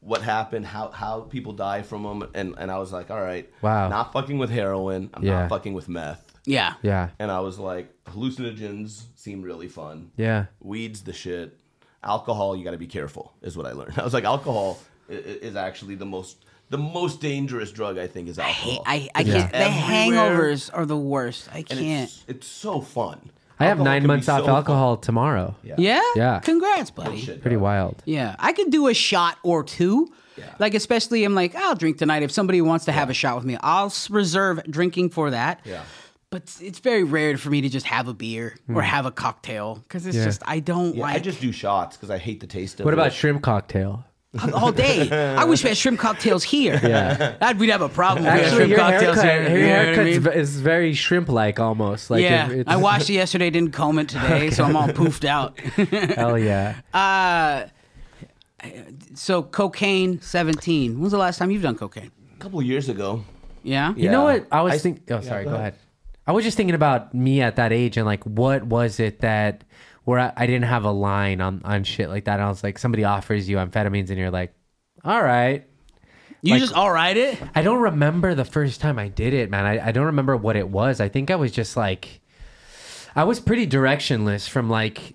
what happened, how how people die from them, and and I was like, all right,
Wow.
not fucking with heroin, I'm
Yeah.
not fucking with meth.
Yeah.
yeah,
And I was like, hallucinogens seem really fun
yeah.
weeds the shit alcohol you got to be careful is what i learned *laughs* i was like alcohol i- i- is actually the most the most dangerous drug i think is alcohol
I, I
It's
can't. The
everywhere,
hangovers are the worst. I
and
can't.
it's, it's so fun
I have
Alcohol
nine
can be
months off
so
alcohol tomorrow.
fun.
Yeah?
Yeah.
Congrats, buddy.
Shit,
Pretty
dog.
wild.
Yeah. I could do a shot or two.
Yeah.
Like, especially, I'm like, I'll drink tonight. If somebody wants to have a shot with me, I'll s- reserve drinking for that.
Yeah.
But it's- it's very rare for me to just have a beer or have a cocktail because it's
Hmm. Yeah.
just, I don't
yeah,
like
i just do shots because i hate the taste of
What
it
about shrimp cocktail?
*laughs* all day. I wish we had
*laughs*
shrimp cocktails here. *laughs*
Yeah.
I'd, we'd have a problem if we had
Actually,
shrimp
your
cocktails
haircut,
here.
your
You know what I
haircut's
mean?
ve- is very shrimp-like almost. Like
yeah,
if it's-
I
*laughs*
washed it yesterday, didn't comb it today, so I'm all poofed out.
Hell yeah.
so cocaine, seventeen. When was the last time you've done cocaine?
a couple years ago
*laughs* Yeah,
You know
Yeah.
what? I was
I-
think. Oh, sorry.
go
Go ahead.
ahead.
I was just thinking about me at that age and like, what was it that where I, I didn't have a line on on shit like that? And I was like, somebody offers you amphetamines, and you're like, all right.
you
Like-
just all right it.
I don't remember the first time I did it, man. I, I don't remember what it was. I think I was just like, I was pretty directionless from like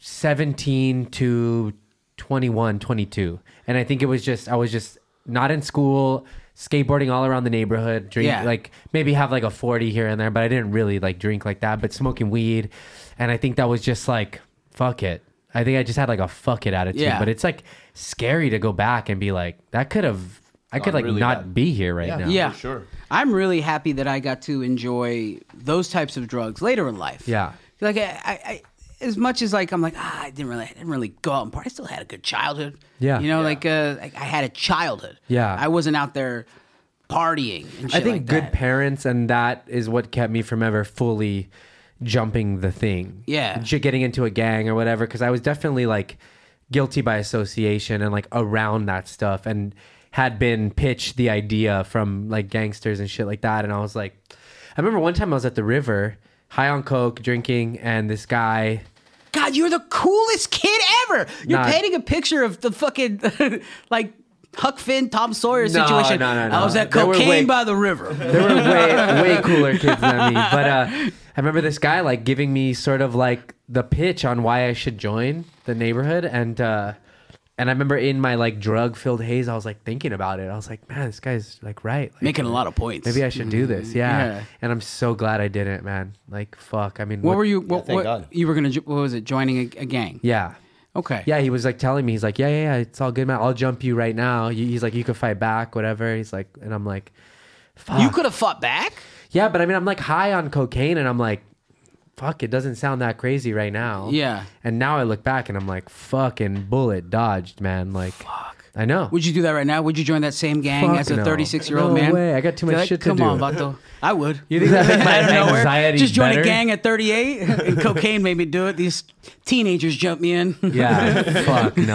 17 to 21, 22. And I think it was just, I was just not in school, skateboarding all around the neighborhood, drink,
Yeah.
like maybe have like a 40 here and there, but I didn't really like drink like that, but smoking weed. And I think that was just like, fuck it. I think I just had like a fuck it attitude,
Yeah.
but it's like scary to go back and be like, that could have, I could
Gone
like
really
not
bad.
be here right
Yeah.
now.
Yeah,
for sure.
I'm really happy that I got to enjoy those types of drugs later in life.
Yeah.
like I, I, I as much as like I'm like ah, I didn't really, I didn't really go out and party. I still had a good childhood.
Yeah.
you know, like uh, like I had a childhood.
Yeah.
I wasn't out there partying. And shit
I think
like
good
that.
parents, and that is what kept me from ever fully jumping the thing.
Yeah.
Ju- Getting into a gang or whatever. Cause I was definitely like guilty by association and like around that stuff and had been pitched the idea from like gangsters and shit like that. And I was like, I remember one time I was at the river, high on coke, drinking, and this guy
God, you're the coolest kid ever. You're
Nah.
painting a picture of the fucking *laughs* like Huck Finn, Tom Sawyer
No,
situation.
no, no, no.
I was at
They were
cocaine
way-
by the river.
There were
*laughs*
way way cooler kids than me. But uh, I remember this guy like giving me sort of like the pitch on why I should join the neighborhood, and uh, and I remember in my like drug filled haze, I was like thinking about it. I was like, man, this guy's like right. Like,
Making a lot of points.
Maybe I should do this, yeah.
Mm-hmm. Yeah.
And I'm so glad I didn't, man. Like, fuck. I mean,
What were you? What,
thank
what-
God.
you were gonna? jo- What was it? Joining a, a gang?
Yeah,
Okay.
yeah. He was like telling me, he's like, yeah, yeah, yeah. It's all good, man. I'll jump you right now. You- He's like, you could fight back, whatever. He's like, and I'm like, fuck.
You could have fought back.
Yeah, but I mean, I'm like high on cocaine, and I'm like, fuck, it doesn't sound that crazy right now.
Yeah.
And now I look back, and I'm like, fucking bullet dodged, man. Like, fuck. I know.
Would you do that right now? Would you join that same gang
Fuck
as a
no.
36 year old
No
man?
way. I got too much
You're like,
shit to
Come
do."
on, Vato. I would.
you think that
*laughs*
makes my anxiety
Just join
better?
a gang at 38,
*laughs*
and cocaine made me do it. These teenagers jumped me in.
Yeah. fuck no.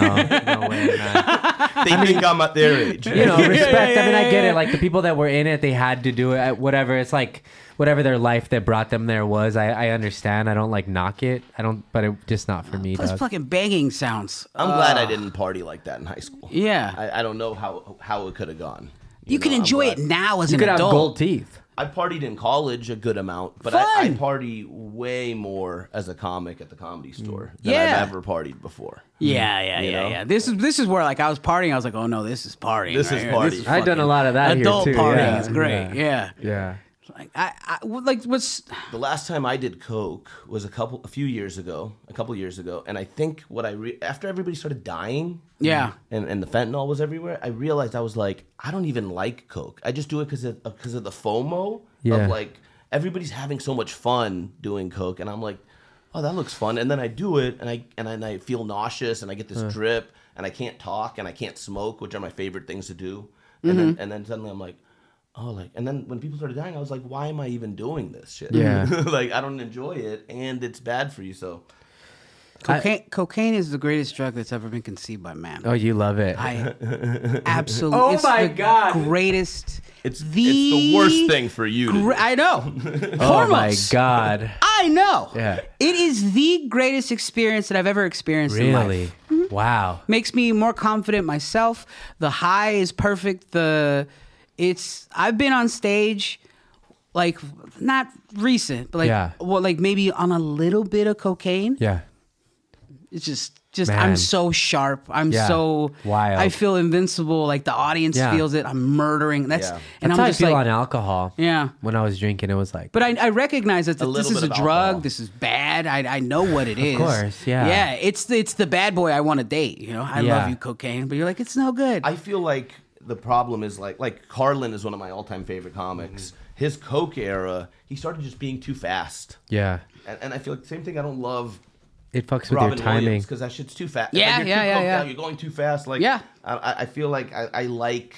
*laughs*
No way, man.
They think I'm at their age.
You know, respect.
yeah,
I mean, I
yeah,
get
yeah.
it. Like the people that were in it, they had to do it. uh, Whatever. It's like whatever their life that brought them there was. I, I understand. I don't like knock it. I don't. But it just not for me.
Those
dog.
fucking banging sounds.
*laughs*
Uh,
I'm glad I didn't party like that in high school.
uh, Yeah.
I, I don't know how how it could have gone.
You can
know, I'm
enjoy
glad-
it now as
You
an
could have
adult.
gold teeth.
I partied in college a good amount, but I, I
Fun.
party way more as a comic at the comedy store than
Mm. Yeah.
I've ever partied before.
Yeah, yeah,
You
yeah,
know?
yeah. This is this is where like I was partying. I was like, oh no, this is partying.
This
right
is
here.
party.
I've done a lot of that here,
adult
too,
partying
yeah.
is great. Yeah.
Yeah.
Like I, I like what's
The last time I did coke was a couple, a few years ago, a couple years ago, and I think what I re- after everybody started dying,
Yeah.
and and the fentanyl was everywhere. I realized I was like, I don't even like coke. I just do it because of because of the FOMO
Yeah.
of like everybody's having so much fun doing coke, and I'm like, oh, that looks fun. And then I do it, and I and I, and I feel nauseous, and I get this drip, and I can't talk, and I can't smoke, which are my favorite things to do. And then and then suddenly I'm like. Oh, like, and then when people started dying, I was like, "Why am I even doing this shit?"
Yeah.
*laughs* like, I don't enjoy it, and it's bad for you. So,
cocaine. cocaine is the greatest drug that's ever been conceived by man.
Oh, you love it. *laughs*
I absolutely.
Oh my
the
God.
Greatest.
It's it's the worst thing for you. To
gra- I
*laughs*
know.
oh my
Foremost. *laughs*
god.
I know.
Yeah.
It is the greatest experience that I've ever experienced in life. Mm-hmm.
Really? Wow.
makes me more confident myself. The high is perfect. The it's I've been on stage like not recent, but like
Yeah.
well, like maybe on a little bit of cocaine.
Yeah.
It's just just
Man.
I'm so sharp. I'm
Yeah.
so
Wild.
I feel invincible. Like the audience
Yeah.
feels it. I'm murdering. That's
Yeah.
and I'm
That's how
just
I feel
like
on alcohol.
yeah.
When I was drinking, it was like.
But I, I recognize that
A
this
little
is
bit
a
of
drug.
alcohol.
This is bad. I, I know what it is.
course, yeah.
Yeah. It's the, it's the bad boy I want to date. You know, I
Yeah.
love you, cocaine. But you're like, it's no good.
I feel like the problem is like like Carlin is one of my all time favorite comics. His Coke era, he started just being too fast,
yeah.
and, and I feel like the same thing. I don't love
It fucks with your
Robin
timing.
Williams because that shit's too fast.
Yeah,
you're
yeah,
too
yeah,
coked
yeah.
out, You're going too fast. Like
Yeah.
I- I, I feel like I, I like.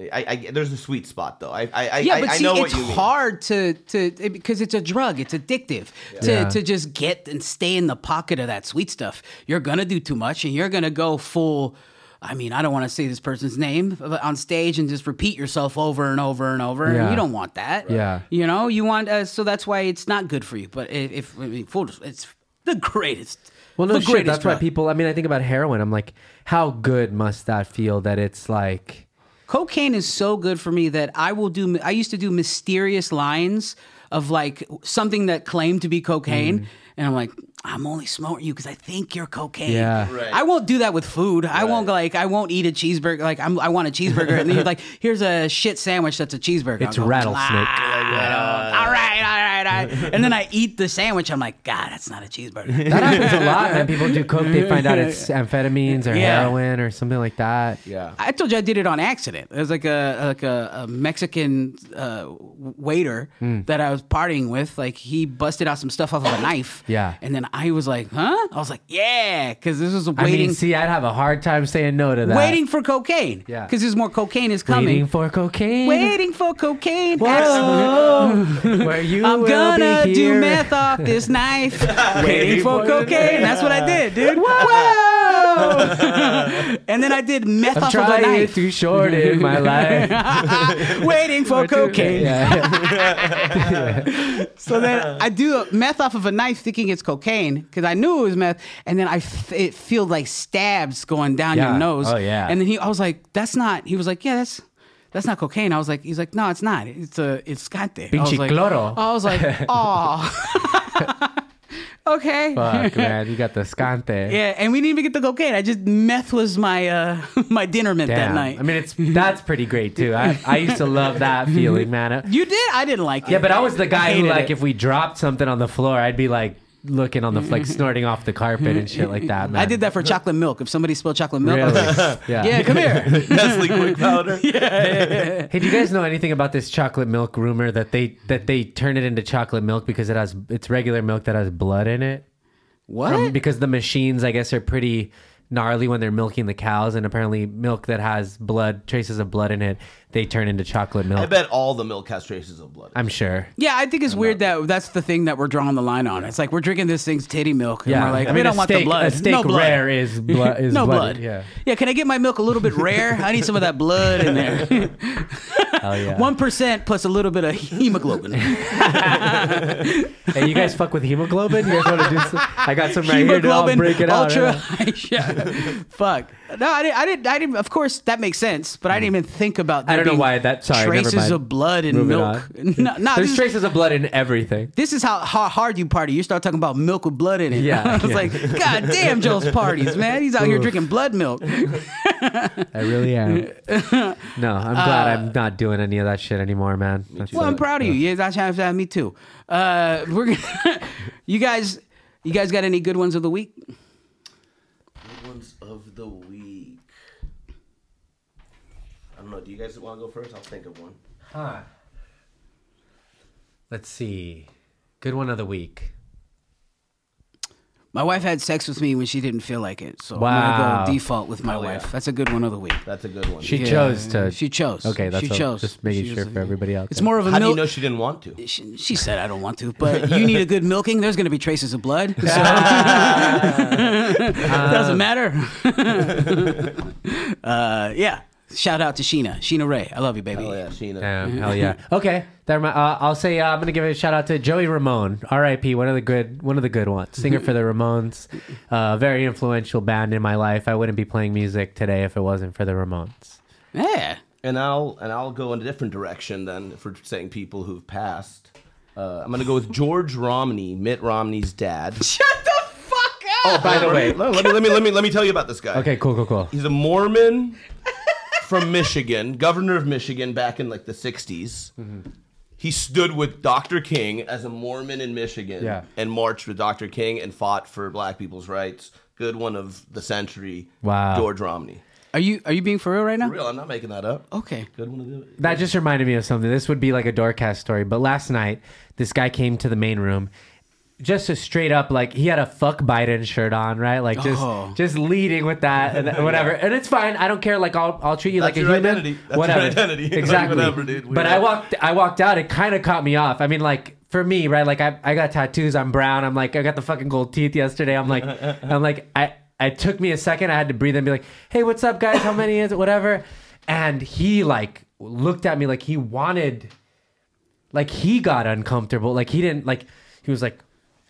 I, I there's a sweet spot though. I I I,
Yeah,
I-
but
I
see,
know what
it's
you mean.
hard to to because it's a drug. It's addictive to
Yeah.
to just get and stay in the pocket of that sweet stuff. You're gonna do too much, and you're gonna go full. I mean, I don't want to say this person's name but on stage and just repeat yourself over and over and over.
Yeah.
And you don't want that.
Yeah.
you know, you want uh, so that's why it's not good for you. But i- if I mean, full, it's the greatest.
well, no
the
shit.
greatest
That's why
drug.
people. I mean, I think about heroin. I'm like, how good must that feel? That it's like.
cocaine is so good for me that I will do. I used to do mysterious lines of like something that claimed to be cocaine,
Mm.
and I'm like, I'm only smoking you because I think you're cocaine.
Yeah.
Right.
I won't do that with food. I won't like. I won't eat a cheeseburger. Like I'm, I want a cheeseburger, and then you're like, here's a shit sandwich that's a cheeseburger.
It's
I'll go,
rattlesnake.
"Ah, I don't- All right, all right, all right. and then I eat the sandwich. I'm like, God, that's not a cheeseburger.
That happens a lot, man. People do coke. They find
*laughs*
out it's amphetamines or
Yeah.
heroin or something like that.
Yeah.
I told you I did it on accident. It was like a like a, a Mexican uh, waiter
Hmm.
that I was partying with. Like he busted out some stuff off of a knife.
Yeah.
and then I was like, huh? I was like, yeah, because this was
I
waiting
mean, see, I'd have a hard time saying no to that.
waiting for cocaine.
Yeah.
because there's more cocaine is coming.
Waiting for cocaine.
Waiting for cocaine.
Whoa. Where you
I'm
will
gonna
be
do
here. *laughs* *laughs*
meth off this knife. Waiting for cocaine. That's what I did, dude. Whoa! no! and then I did meth
I'm
off of a
trying
knife,
to *laughs* shorten my
*laughs*
life.
waiting for cocaine.
*laughs* Yeah.
So
*laughs*
then I do a meth off of a knife, thinking it's cocaine because I knew it was meth, and then I f- it feel like stabs going down
Yeah.
your nose.
Oh, yeah.
And then he, I was like, "That's not." He was like, "Yeah, that's." That's not cocaine. I was like, he's like, no, it's not. It's a, it's scante. I was
Pinche
like,
cloro.
I
*laughs*
was like, oh, *laughs* okay.
Fuck, man. You got the scante.
Yeah, and we didn't even get the cocaine. I just meth was my uh *laughs* my dinner mint that
Damn.
night.
I mean, it's that's pretty great too. I, I used to love *laughs* that feeling, man.
you did? I didn't like it.
Yeah, but I was the guy who
hated
like
it.
if we dropped something on the floor, I'd be like looking on the *laughs* like snorting off the carpet and shit like that. Man.
I did that for chocolate milk. If somebody spilled chocolate milk, I was
Really?
like, *laughs*
yeah.
yeah,
*laughs*
come here.
Nestle
*laughs*
quick powder.
Hey, do you guys know anything about this chocolate milk rumor that they that they turn it into chocolate milk because it has it's regular milk that has blood in it?
What?
From- because the machines, I guess, are pretty gnarly when they're milking the cows, and apparently milk that has blood traces of blood in it, they turn into chocolate milk.
I bet all the milk has traces of blood.
I'm sure.
yeah, I think it's weird that that's the thing that we're drawing the line on. It's like we're drinking this thing's titty milk, and we're like, we don't
a
want
steak,
the blood.
A steak
no blood.
rare
*laughs*
is blood. Is
no
blooded,
blood.
Yeah.
yeah. Can I get my milk a little bit rare? I need some of that blood in there.
*laughs* Hell yeah.
One percent plus a little bit of hemoglobin.
hey, you guys fuck with hemoglobin? You guys want to do? Some, I got
*laughs*
some *laughs* right here. Now I'll break it
ultra
out. right now.
*laughs* high. yeah. Fuck. No, I didn't, I didn't. I didn't. Of course, that makes sense, but I didn't even think about. That
Mm. I don't know
being
why that- sorry, never
traces
mind.
of blood in
Moving
milk.
on.
*laughs* No, no
There's
this, is,
traces of blood in everything.
this is how, how hard you party. You start talking about milk with blood in it.
Yeah,
*laughs* I was
yeah.
like, God damn, Joe's parties, man. He's out here
Oof.
drinking blood milk.
I really am. no, I'm glad I'm not doing any of that shit anymore, man. That's
Well, I'm
it.
proud of you. Yeah, that's how that. Me too. Uh, we're gonna, *laughs* you guys. You guys got any good ones of the week?
Good ones of the week. I don't know. Do you guys want to go first? I'll think of one.
Let's see. Good one of the week.
My wife had sex with me when she didn't feel like it, so I'm
Wow. Oh,
gonna go default with my wife. That's a good one of the week.
That's a good one.
She
Yeah.
chose to.
She chose.
Okay, that's
She
all.
chose.
Just making
She
sure
was-
for everybody else.
It's more of a
How do you
milk.
know she didn't want to?
she, she said, "I don't want to," but you need a good milking. There's going to be traces of *laughs* blood. So doesn't matter. *laughs* uh, yeah. Shout out to Sheena, Sheena Ray. I love you, baby.
Oh yeah, Sheena.
Mm-hmm.
Damn, hell
*laughs*
yeah. Okay, that remi- uh, I'll say uh, I'm gonna give a shout out to Joey Ramone, R.I.P. One of the good, one of the good ones, singer for
*laughs*
the Ramones, uh, very influential band in my life. I wouldn't be playing music today if it wasn't for the Ramones.
Yeah.
And I'll and I'll go in a different direction then for saying people who've passed. Uh, I'm gonna go with George Romney, Mitt Romney's dad.
Shut the fuck up.
*laughs* By the way,
No, let me let me let me let me tell you about this guy.
okay, cool, cool, cool.
He's a Mormon from Michigan, governor of Michigan back in like the 60s.
Mm-hmm.
He stood with Dr. King as a Mormon in Michigan
Yeah.
and marched with Dr. King and fought for black people's rights. Good one of the century.
Wow.
George Romney.
Are you are you being for real right now?
For real, I'm not making that up.
Okay.
Good one of the.
That just reminded me of something. This would be like a doorcast story, but last night this guy came to the main room. Just a straight up, like he had a fuck Biden shirt on, right? Like just,
Oh.
just leading with
*laughs*
that and whatever. And it's fine. I don't care. Like I'll, I'll treat you
That's
like a
your
human.
identity. That's your
whatever.
identity. *laughs* Like,
Exactly.
whatever, dude. We
But
know.
I walked, I walked out. It kind of caught me off. I mean, like for me, right? Like I, I got tattoos. I'm brown. I'm like, I got the fucking gold teeth yesterday. I'm
*laughs*
like, I'm like, I, it took me a second. I had to breathe and be like, hey, what's up, guys? How many is it? Whatever. And he like looked at me like he wanted like he got uncomfortable. Like he didn't like he was like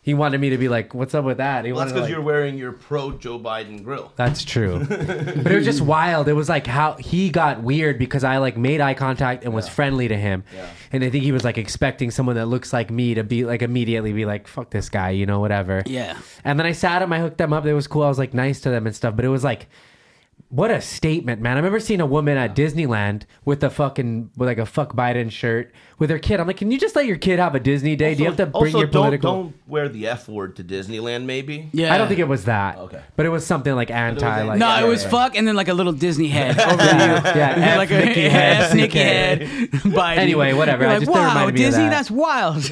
he wanted me to be like, "What's up with that?" He
Well, that's
wanted to,
because
like-
you're wearing your pro Joe Biden grill.
That's
*laughs*
true. but it was just wild. It was like how he got weird because I like made eye contact and was friendly to him. And I think he was like expecting someone that looks like me to be like immediately be like, "Fuck this guy," you know, whatever.
Yeah.
And then I sat him. I hooked them up. It was cool. I was like nice to them and stuff. But it was like, what a statement, man! I remember seeing a woman at Disneyland with a fucking with like a fuck Biden shirt with her kid. I'm like, can you just let your kid have a Disney day? Do you have to bring
also,
your political?
Don't, don't wear the F word to Disneyland, maybe.
Yeah.
I don't think it was that.
Okay.
But it was something like anti. Like,
No,
Yeah,
it was
yeah.
fuck, and then like a little
*laughs*
Disney head over
Yeah,
you.
yeah,
*laughs*
F
like a *laughs*
Mickey head,
ass Nicky
Mickey
head. *laughs* Biden.
Anyway, whatever,
You're
I
Like,
just- that
wow,
reminded me of
Disney,
that.
that's wild.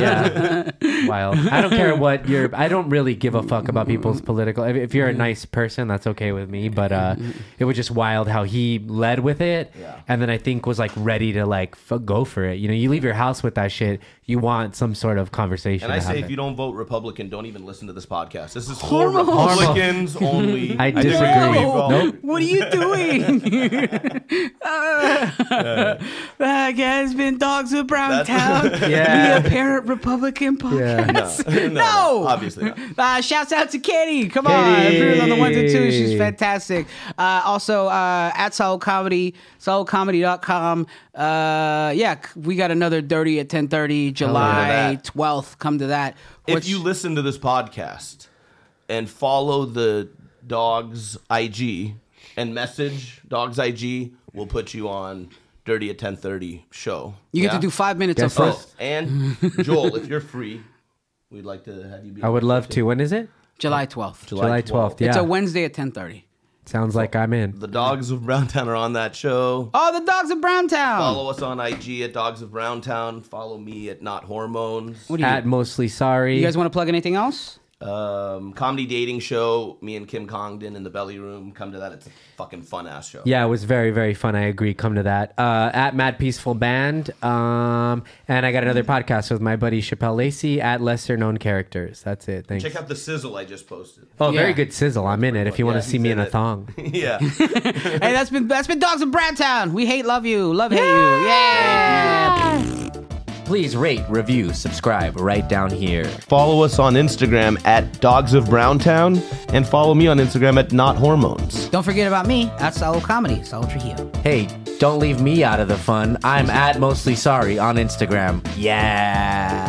yeah. Wild. I don't care what your. I don't really give a fuck about people's political. If, if you're a nice person, that's okay with me. But but uh, it was just wild how he led with it, and then I think was like ready to like f- go for it. You know, you leave your house with that shit, you want some sort of conversation.
And I
to
say,
happen.
if you don't vote Republican, don't even listen to this podcast. This is
*laughs*
for Republicans only.
I
think we
disagree.
agree,
No.
Paul. *laughs*
Nope.
What are you *laughs* doing? that guy's been dogs of Brown Town.
Yeah.
Be a parent Republican podcast.
Uh, No,
No.
obviously not.
Uh, shouts out to Katie. Come on.
Katie.
Appeared on the one and two. She's fantastic. Uh, also, uh, at Soul Comedy, soulcomedy.com. Uh, yeah, c- we got another Dirty at 1030, July
that.
12th. Come to that.
If
Which-
you listen to this podcast and follow the dog's IG and message dog's IG, we'll put you on Dirty at 10:30 show.
you get
Yeah?
to do five minutes
Guess
of
Oh,
first
and
*laughs*
Joel, if you're free, we'd like to have you be.
I would
on
love to. When is it?
July 12th.
July twelfth. Yeah,
It's a Wednesday at 1030.
sounds like I'm in.
The dogs of Browntown are on that show.
Oh, the dogs of Brown Town.
Follow us on IG at Dogs of Browntown. Follow me at Not Hormones.
What do you,
At mostly sorry.
you guys want to plug anything else?
Um, comedy dating show. Me and Kim Congdon in the belly room. Come to that. It's a fucking fun ass show.
Yeah, it was very, very fun. I agree. Come to that. Uh, at Mad Peaceful Band. Um, and I got another
Mm-hmm.
podcast with my buddy Chappelle Lacey at Lesser Known Characters. That's it. Thanks.
Check out the sizzle I just posted.
oh, very
Yeah.
good sizzle. I'm in it if you want
Yeah,
to
he
see me
said
in a
it.
thong. *laughs*
*laughs* yeah.
hey, that's been that's been Dogs of Brown Town. We hate, love you, love hate you. Yeah.
Please rate, review, subscribe right down here.
Follow us on Instagram at Dogs of Browntown and follow me on Instagram at Not Hormones.
Don't forget about me. That's Soul Comedy, Soul Trujillo.
Hey, don't leave me out of the fun. I'm at mostly sorry on Instagram. Yeah.